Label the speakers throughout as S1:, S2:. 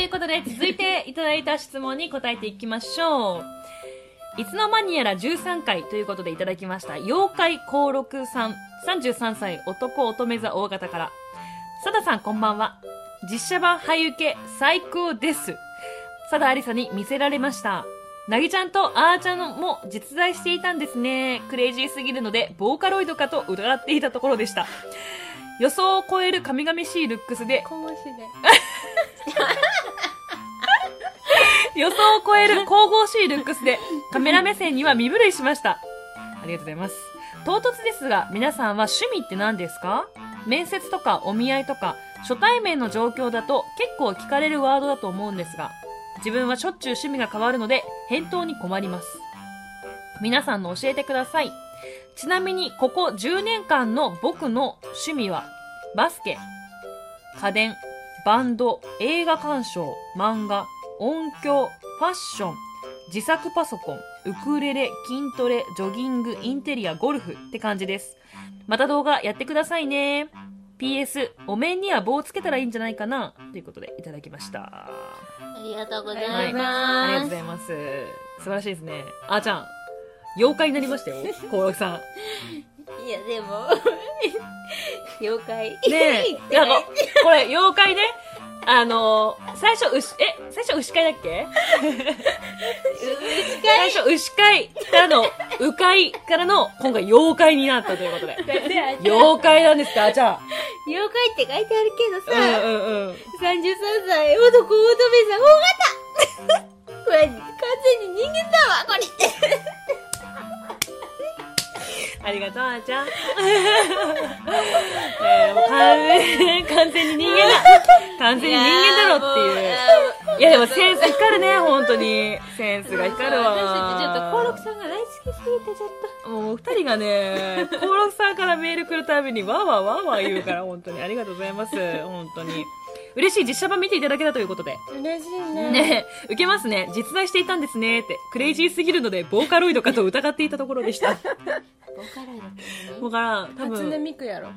S1: いうことで、続いていただいた質問に答えていきましょう。いつの間にやら13回ということでいただきました。妖怪幸六さん、33歳男乙女座大型から。さださんこんばんは。実写版俳優系最高です。さだありさに見せられました。なぎちゃんとあーちゃんも実在していたんですね。クレイジーすぎるので、ボーカロイドかと疑っていたところでした。予想を超える神々しいルックスで、
S2: こもしで。
S1: 予想を超える神々しいルックスで、カメラ目線には身震いしました。ありがとうございます。唐突ですが、皆さんは趣味って何ですか面接とかお見合いとか、初対面の状況だと結構聞かれるワードだと思うんですが、自分はしょっちゅう趣味が変わるので、返答に困ります。皆さんの教えてください。ちなみに、ここ10年間の僕の趣味は、バスケ、家電、バンド、映画鑑賞、漫画、音響、ファッション、自作パソコン、ウクレレ、筋トレ、ジョギング、インテリア、ゴルフって感じです。また動画やってくださいね。PS、お面には棒つけたらいいんじゃないかなということでいただきました。
S2: ありがとうござ
S1: はいい、
S2: ます。
S1: ありがとうございます。素晴らしいですね。あーちゃん、妖怪になりましたよ、幸六さん。
S2: いや、でも、 妖怪。
S1: ねえ、なんか、これ、妖怪ね。あのー、最初、牛、え、最初、牛飼いだっけ
S2: う
S1: 最初、牛飼いからの、鵜飼いからの、今回、妖怪になったということで。
S2: 妖
S1: 妖怪なんですか、あちゃ
S2: 妖怪って書いてあるけど
S1: ん。う
S2: さ、
S1: んうんうん。
S2: 33歳、男乙女さん、大型 これ、完全に人間だわ、これ。
S1: ありがとう、あーちゃん。えー、もう完全、完全に人間だ。完全に人間だろっていう。いやでもセンス光るね、本当に。センスが光るわ。
S2: 私たちちょっと、コロクさんが大好きすぎて、ちょっ
S1: もうお二人が ね、コロさんからメール来るたびに、わーわーわーわー言うから、本当にありがとうございます。本当に。嬉しい実写版見ていただけたということで。
S2: と。嬉しいね。
S1: ねえ、受けますね。実在していたんですね。って。クレイジーすぎるので、ボーカロイドかと疑っていたところでした。
S2: ボカロイドって
S1: わからん。多分。
S2: ミクやろ。
S1: あ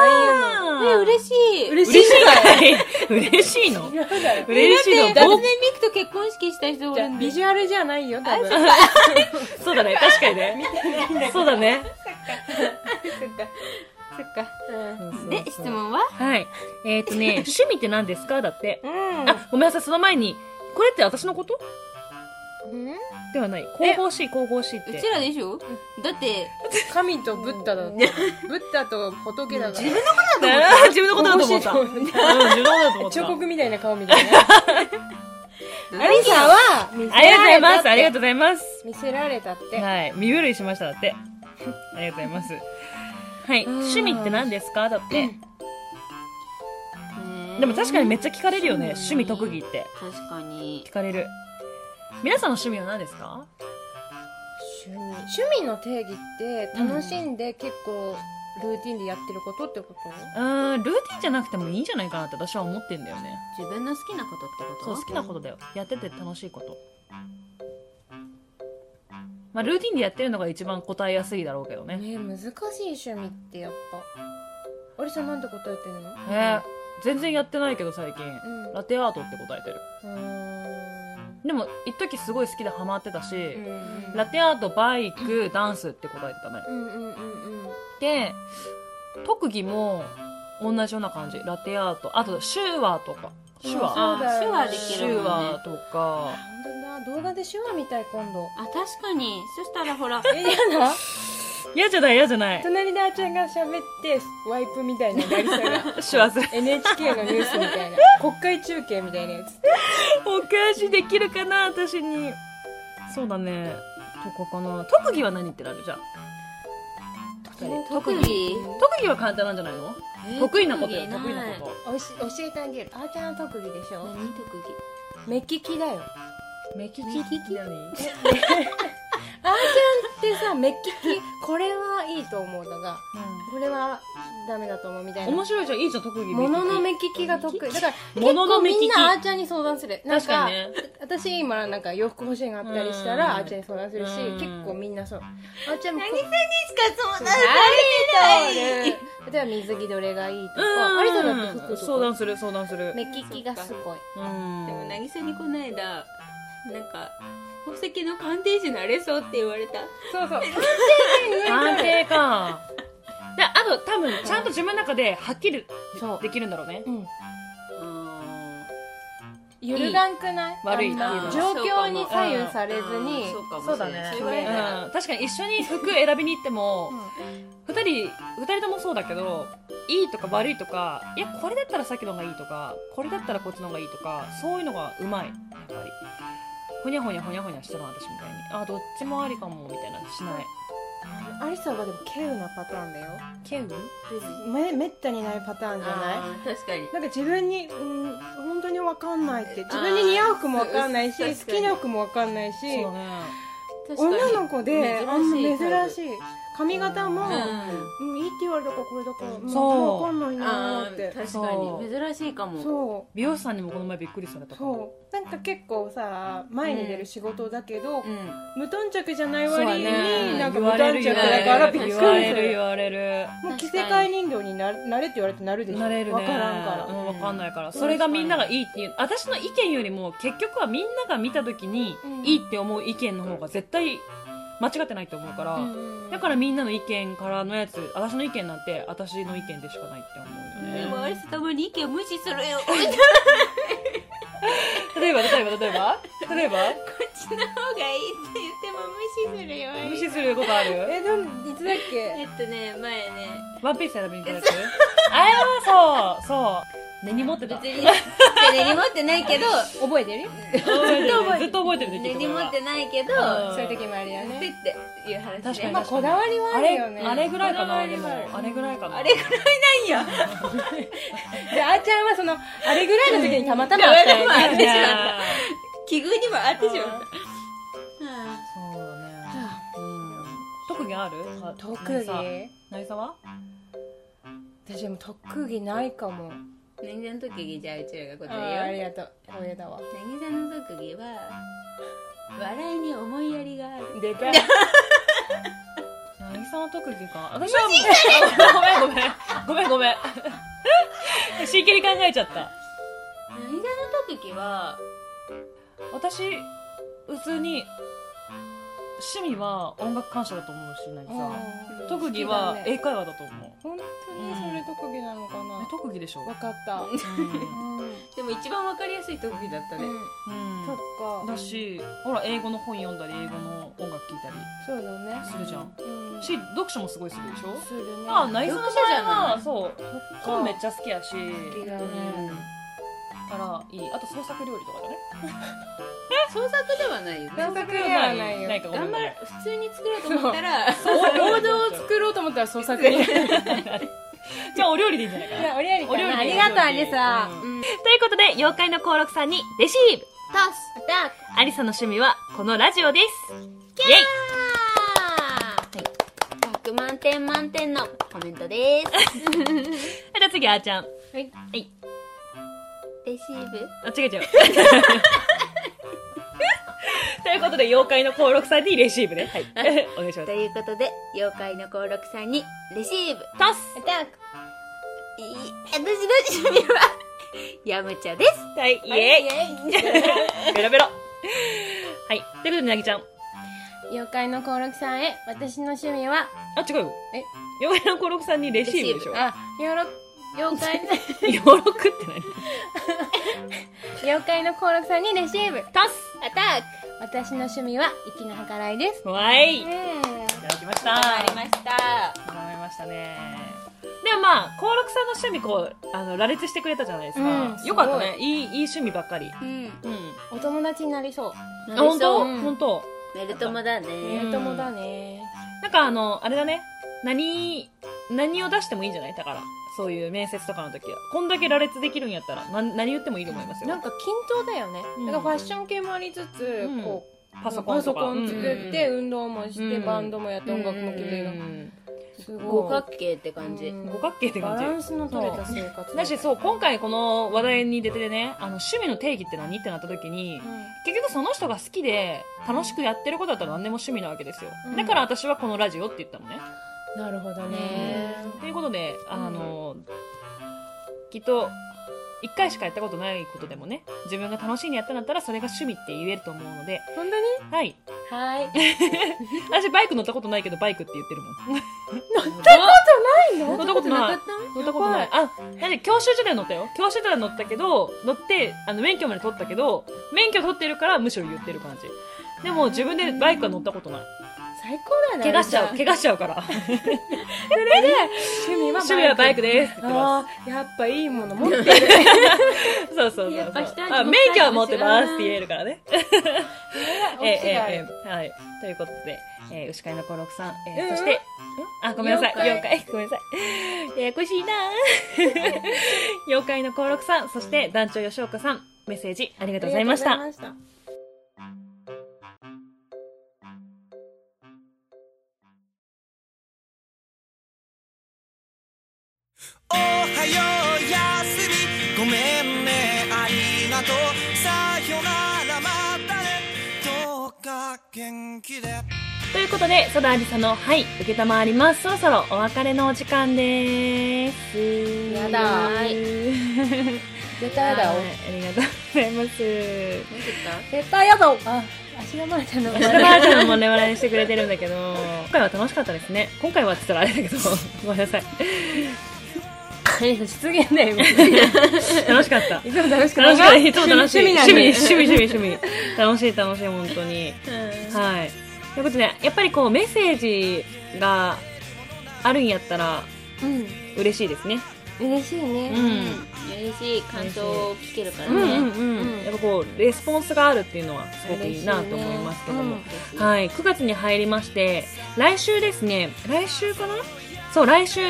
S2: あ
S1: ー
S2: え、嬉しい。
S1: 嬉しいかい嬉しいの嬉しいの
S2: だって、
S1: ボ
S2: 初音ミクと結婚式した人おるんで。
S3: ビジュアルじゃないよ、多分。
S1: そうだね、確かにね。そうだね。
S2: そっか。
S1: うん
S2: で、質問は
S1: はい。えっ、とね、趣味って何ですかだって。
S2: うん
S1: あ、ごめんなさい、その前に、これって私のこと
S2: うん
S1: ではない。神々しい、神々しいっ
S2: う
S1: て
S2: ち。らでしょだって、
S3: 神とブッダだ。ブッダと仏だか
S1: 自
S3: ら。
S1: 分のことだと思った。うん、自分のことだと思 った。
S3: 彫刻みたいな顔みたいな。アリサは、見
S1: ありがとうございま
S3: たっ
S1: す。
S3: て
S1: ありがとうございます。
S3: 見せられたって。
S1: はい。身震いしました、だ って。ありがとうございます。はい。
S3: うん
S1: 趣味って何ですかだって。
S2: ねえ
S1: でも確かにめっちゃ聞かれるよね。趣味、特技って。
S2: 確かに
S1: 聞。かれる。皆さんの趣味は何ですか
S3: 趣味。趣味の定義って、楽しんで結構、ルーティンでやってることってこと
S1: うーん、ルーティンじゃなくてもいいんじゃないかなって私は思ってんだよね。
S2: 自分の好きなことってこと
S1: そう、好きなことだよ。やってて楽しいこと。まあ、ルーティンでやってるのが一番答えやすいだろうけどね。
S3: ね難しい趣味ってやっぱ。アリサなんて答えてんの
S1: えー全然やってないけど最近。
S3: うん。
S1: ラテアートって答えてる。
S3: う
S1: でも、一時すごい好きでハマってたし、
S3: ーん。
S1: ラテアート、バイク、ダンスって答えてたね。
S3: うんうんうんうん。
S1: で、特技も同じような感じ。ラテアート。あと、手話とか。手話。
S2: あ手話
S3: そうだよ
S2: でき
S1: 手
S2: るもんね
S1: 話とか。
S3: 本当だ動画で手話みたい今度
S2: あ確かにそしたらほら
S3: えやだ
S1: 嫌じゃない、嫌じゃない。
S3: 隣であーちゃんが喋ってワイプみたいなのやりそうな
S1: 手話する。
S3: NHK のニュースみたいな国会中継みたいなやつ
S1: お返しできるかな、私に。そうだね。とかかな。特技は何ってなるじゃん。
S2: 特技
S1: 特技は簡単なんじゃないの得意なことよ、
S2: 特
S1: 得
S2: 技
S1: 意ないこ
S3: おし教えてあげるあーちゃんの特技でしょ
S2: 何特技
S3: 目利きだよあ
S1: と。目利き
S2: 目利き
S1: って何
S3: ーちゃんってさ目利きこれはいいと思うのがこれはダメだと思うみたいな
S1: 面白いじゃん、いいじゃん、特技。
S3: ものの
S1: 目利
S3: 目利きが得意だから結
S1: ものの
S3: 構
S1: 目利き
S3: みんなあーちゃんに相談する
S1: き。
S3: なん
S1: 確
S3: か
S1: かにね。
S3: 私今なんか洋服欲しいがあったりした
S1: うん
S3: らあーちゃんに相談するし
S1: うん
S3: 結構みんなそうあーちゃんも
S2: 何
S3: こう
S2: 使そうな
S3: 何
S2: れ
S3: 例えば水着どれがいいと
S1: う
S3: かありとだって
S1: ん。
S3: 服
S1: 相
S3: とか
S1: 談する、相談する。
S3: 目利きがすごい
S1: うん。
S2: でも渚にこの間なんか宝石の鑑定士になれそうって言われた
S3: そうそう
S1: 安定 か。で、あと、多分、ちゃんと自分の中で、はっきり
S3: そう
S1: できるんだろうね。
S3: うん
S2: うん
S3: 揺るがんくない
S1: 悪い
S3: あんま
S1: うん
S3: 状況に左右されずに
S2: そうかも
S1: そう
S2: しれ
S1: だ
S2: な
S1: ねう
S2: い。そう言われたら
S1: ん。確かに一緒に服選びに行っても、二人、二人ともそうだけど、いいとか悪いとか、いや、これだったらさっきの方がいいとか、これだったらこっちの方がいいとか、そういうのがうまい。やっぱり。ほにゃほにゃほにゃほにゃしてるの、私みたいに。あ、どっちもありかも、みたいな、しない。
S3: ありさはでも稀有なパターンだよ
S1: ケウ
S3: めめったにないパターンじゃない
S2: あー確かに
S3: なんか自分に、うん、本当に分かんないって自分に似合う服も分かんないし
S2: あー
S3: 好きな服も分かんないし
S1: そうだね。
S3: 女の子であんま珍しい
S2: い
S3: 髪型も、
S2: う
S3: うんいいって言われたからこれだから、うん、
S1: そう
S3: 分かんない
S2: ん
S3: な
S2: あ
S3: ー
S2: ー
S3: って
S2: 確かに珍しいかも
S3: そ
S1: 美容師さんにもこの前びっくりされ
S3: う
S1: たから。
S3: そうなんか結構さ前に出る仕事だけど、
S2: うん
S3: 無頓着じゃない割に、
S1: そうだね
S3: なんか
S1: 言
S3: 無
S1: われる
S3: 頓着だからびっくり
S1: 言
S3: す
S1: われる
S3: る
S1: 言われる
S3: もう着せ替え人形になるなれって言われてなるでしょ
S1: なれるね
S3: 分からんから、
S1: うん、分かんないから、
S2: うん
S1: それがみんながいいっていう私の意見よりも結局はみんなが見た時に
S3: うん
S1: いいって思う意見の方が絶対間違ってないと思うから、だからみんなの意見からのやつ私の意見なんて私の意見でしかないって思う
S2: で
S1: よね
S2: もあれたまに意見無視する よこ
S1: 例えば例えば例えば例えば
S2: っちの方がいいって言っても無視するよ
S1: 無視することある
S3: えでもいつだっ
S2: え
S3: け
S2: っとね前ね
S1: ワンピース選びに行くやつああそうそう根に持ってた
S2: 別
S1: ずっ
S2: に根に持ってない けど
S3: 覚えてる
S1: と覚えてるずっと覚えてる
S2: 根
S1: ね
S2: に持ってないけど
S1: うん
S3: そういう時もあるよ
S2: ってっ
S3: ね
S2: ていう話
S1: 確かに
S3: まあこだわりはあ
S1: あ
S3: る
S1: れ
S3: よね
S1: あれぐらいかな
S3: こ
S1: で
S3: だ
S1: も
S3: わりは
S1: あれぐらいかな
S2: あれぐらいなんや
S3: であーちゃんはそのあれぐらいの時にたまたまあったよね
S2: あれぐらい
S1: ね
S2: 奇遇にもあってし
S1: そう
S2: まった
S1: だね、うん、特技ある
S3: 特技
S1: 渚渚は
S3: 私でも特技ないかも
S2: 何々の特技じゃあうちらが答
S3: ああ
S2: え
S3: り
S2: よ
S3: がとう光栄だわ
S2: 何々の特技は笑いに思いやりがある
S3: 出た
S1: 渚の特技か私はもうごめんごめんごめんごめん真剣に考えちゃった
S2: 何々の特技は
S1: 私普通に趣味は音楽鑑賞だと思うし渚特技は英会話だと思う
S3: 本当にそれ特技なのか
S1: え
S3: な
S1: 特技でしょ、
S3: わかったうん
S1: う
S2: でも一番わかりやすい特技だったね
S1: ん
S3: そっ
S1: うん、
S3: か
S1: だしほら英語の本読んだり英語の音楽聴いたり
S3: そうだね
S1: するじゃん
S3: うん
S1: し読書もすごいするでしょ
S3: するね
S1: あ、内装の場合は、そう。
S3: か
S1: 本めっちゃ好きやし。
S3: 好きだ
S1: うん
S3: ね
S1: から、いい。あと創作料理とか だね。
S2: 創作ではないよね
S3: 創作ではないよ
S1: ないかも。
S2: 頑張る普通に作ろうと思ったら
S3: 王道を作ろうと思ったら創 作に
S1: じゃあお料理でいいんじゃないかな。
S3: お料理
S1: お料理
S3: あり
S1: がとうア
S3: がとうア
S1: リ
S3: リ
S1: サ
S3: サ
S1: ということで、妖怪の幸六さんにレシーブ
S2: タスタ
S1: アリサの趣味はこのラジオです。イェイ
S2: 100万点満点のコメントです
S1: じゃあ次、あーちゃん。
S3: はい
S1: はい。
S2: レシーブ
S1: あ、違う違う。 ということで、妖怪の幸六さんにレシーブね。はい。 お願いしま
S2: と
S1: す。
S2: いうことで妖怪の幸六さんにレシーブ
S1: トス
S3: アタック
S2: いい私の趣味はヤムチャです
S1: はい、イエイベロベロ。はい。ということで、なぎちゃん。
S3: 妖怪の幸六さんへ私の趣味は
S1: あ、違うよ。
S3: え
S1: 妖怪の五六さんにレシーブでしょ。
S3: あ妖妖怪の
S1: 四 六って何
S3: 妖怪の幸六さんにレシーブ
S1: タス
S3: アタック私の趣味は粋な計らいで す
S1: わーい。い
S3: うん
S1: ただきました。
S2: した
S1: 頼みましたね。でもまあ、幸六さんの趣味こう、あの、羅列してくれたじゃないですか。
S3: うん
S1: よかったね。いい、いい趣味ばっかり。
S2: う
S1: う
S2: ん
S1: ん。
S3: お友達になりそう
S1: あ、本当
S3: うん
S1: 本当
S2: メルトモだ
S1: う
S2: ね
S1: ん
S3: お友だね
S1: なんかあの、あれだね。何、何を出してもいいんじゃないだから。そういう面接とかの時は。こんだけ羅列できるんやったら、な何言ってもいいと思いますよ。
S3: なんか均等だよね
S1: うん
S3: なんかファッション系もありつつ
S1: うん
S3: こう
S1: パソコンとか。
S3: パソコン作
S2: うん
S3: って運動もして
S1: うん
S3: バンドもやって音楽も聴いて
S1: う
S3: なんんかす
S2: 五
S3: ごい
S2: 角形って感じ。
S3: うん
S1: 五角形って
S3: バ
S1: 感じ
S3: ランスの取れた生活
S1: だしそう今回この話題に出てねあの趣味の定義って何ってなった時に結局その人が好きで楽しくやってることだったら何でも趣味なわけですよ、
S3: うん
S1: だから私はこのラジオって言ったのね
S3: なるほどね
S1: ということであの、きっと一回しかやったことないことでもね自分が楽しいにやったんだったらそれが趣味って言えると思うので
S3: 本当に
S1: はい
S2: はい。
S1: 私バイク乗ったことないけどバイクって言ってるもん乗ったことない乗ったことないあだって教習所では乗ったよ教習所では乗ったけど乗ってあの免許まで取ったけど免許取ってるからむしろ言ってる感じでも自分でバイクは乗ったことない
S3: 最高だね
S1: 怪我しち ゃう
S3: じ
S1: 怪我しちゃうから
S3: あ趣味は
S1: 趣味はバイクですって言ってます
S3: ああやっぱいいもの 持ってる
S1: そうそうそう
S2: やっぱ一味
S1: そう
S2: も
S1: あ免許は持ってますって言えるからね ええ
S3: え
S1: ええはいということで、えー、牛飼いの幸六さん、えー
S3: うんう
S1: そ
S3: ん
S1: してんあごめんなさい
S3: 妖
S1: 妖怪 ごめんなさいややこしいな妖怪の幸六さんそして団長吉岡さんメッセージありがとうございました
S4: おはようやすみごめんねありがとうさよならまたねどうか元気で
S1: ということで、ソダアリサの、はい、受けたまわります。そろそろお別れのお時間でーす。
S3: やだ
S1: はい。
S3: 絶対やだ
S1: は
S3: お
S1: いありがとうございます。
S3: 絶対やだおあ足がまれたの
S1: おしゃばあちゃんもね、笑いしてくれてるんだけど、今回は楽しかったですね。今回はって言ったらあれだけど、 ごめんなさい。
S3: 失言 だよ
S1: 楽しかった。
S3: いつも楽
S1: 楽し
S3: しく
S1: かった。いつも楽しい。
S3: 趣味な ん
S1: 趣
S3: で
S1: 味、趣味、趣味、趣味。楽しい、楽しい、本当 に。はい。ということで、やっぱりこう、メッセージがあるんやったら
S3: うん
S1: 嬉しいですね。
S3: 嬉しいね
S1: う
S2: うん
S1: ん。
S2: 嬉しい。感想を聞けるから
S1: うんうん
S2: ね。
S1: うん
S3: うん
S1: やっぱこうレスポンスがあるっていうのはすごくいいなと思いますけども、
S3: 嬉し
S2: 嬉しい
S1: はい9月に入りまして来週ですね来週かなそう来週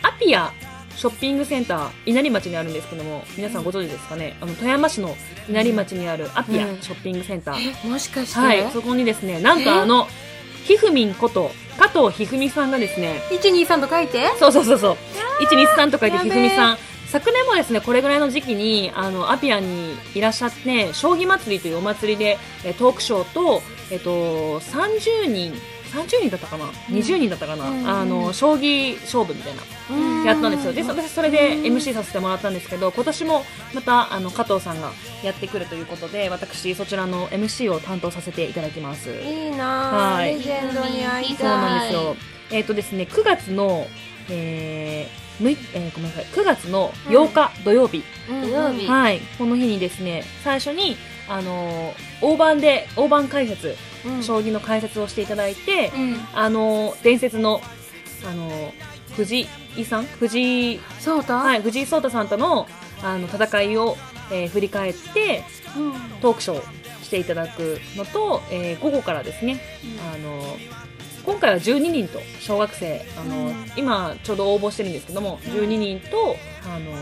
S1: アピアショッピングセンター稲荷町にあるんですけども皆さんご存知ですかね、あの富山市の稲荷町にあるアピア
S3: うん
S1: ショッピングセンター、
S3: もしかして、
S1: はいそこにですねなんとあのひふみんこと加藤ひふみさんがですね
S3: 123と書いて
S1: そうそうそうそう。一日三と書いて
S3: やべ
S1: ひふ
S3: え
S1: みさん。昨年もですね、これぐらいの時期に、あの、アピアにいらっしゃって、将棋祭りというお祭りで、えトークショーと、えっと、30人、30人だったかな、?20 人だったかな、
S3: うん
S1: あの、将棋勝負みたいな、やったんですよ。で、私それで MC させてもらったんですけど、今年もまた、あの、加藤さんがやってくるということで、私、そちらの MC を担当させていただきます。
S3: いいなぁ
S1: はい
S3: レジェンドに会いたい
S1: そうなんですよ。えっ、とですね、9月の、えー、むいえーごめんなさい、9月の8日土曜日、
S3: うん
S2: 土曜日
S1: はい、この日にですね、最初に、あのー大盤で、大盤解説、
S3: うん
S1: 将棋の解説をしていただいて、
S3: うん
S1: あのー伝説の、あのー藤井さん藤井、
S3: そうだ、
S1: はい、藤井聡太さんとの、あの、戦いを、えー振り返って、
S3: うん
S1: トークショーをしていただくのと、えー午後からですね、あの今回は12人と小学生あの、
S3: うん
S1: 今ちょうど応募してるんですけども12人とあの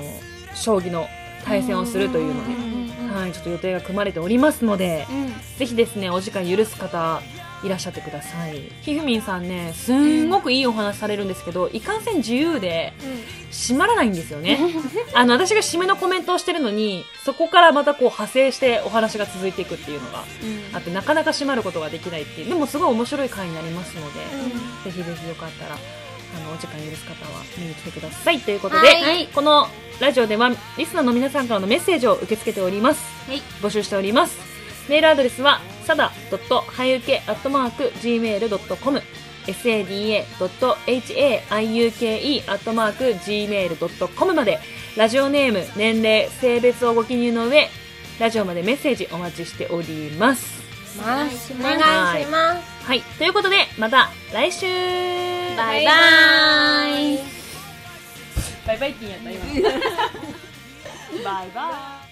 S1: 将棋の対戦をするというので、はい、ちょっと予定が組まれておりますので、ぜひですねお時間許す方いらっしゃってくださいひふみんさんねすんごくいいお話されるんですけどいかんせん自由で閉まらないんですよね あの私が締めのコメントをしてるのにそこからまたこう派生してお話が続いていくっていうのがあってなかなか閉まることができないっていうでもすごい面白い回になりますので、ぜひぜひよかったらあのお時間許す方は見に来てくださいということで、
S2: はい
S1: このラジオではリスナーの皆さんからのメッセージを受け付けております、
S2: はい
S1: 募集しておりますメールアドレスはさだはいうけ .gmail.com sada.haiuke.gmail.com までラジオネーム年齢性別をご記入の上ラジオまでメッセージお待ちしております
S3: お
S2: 願い
S3: 願い
S2: し
S3: し
S2: ま
S3: ますす
S1: はい、ということで、また来週
S2: バイバーイ。
S1: バイバイって言うんやった、今。バイバイ。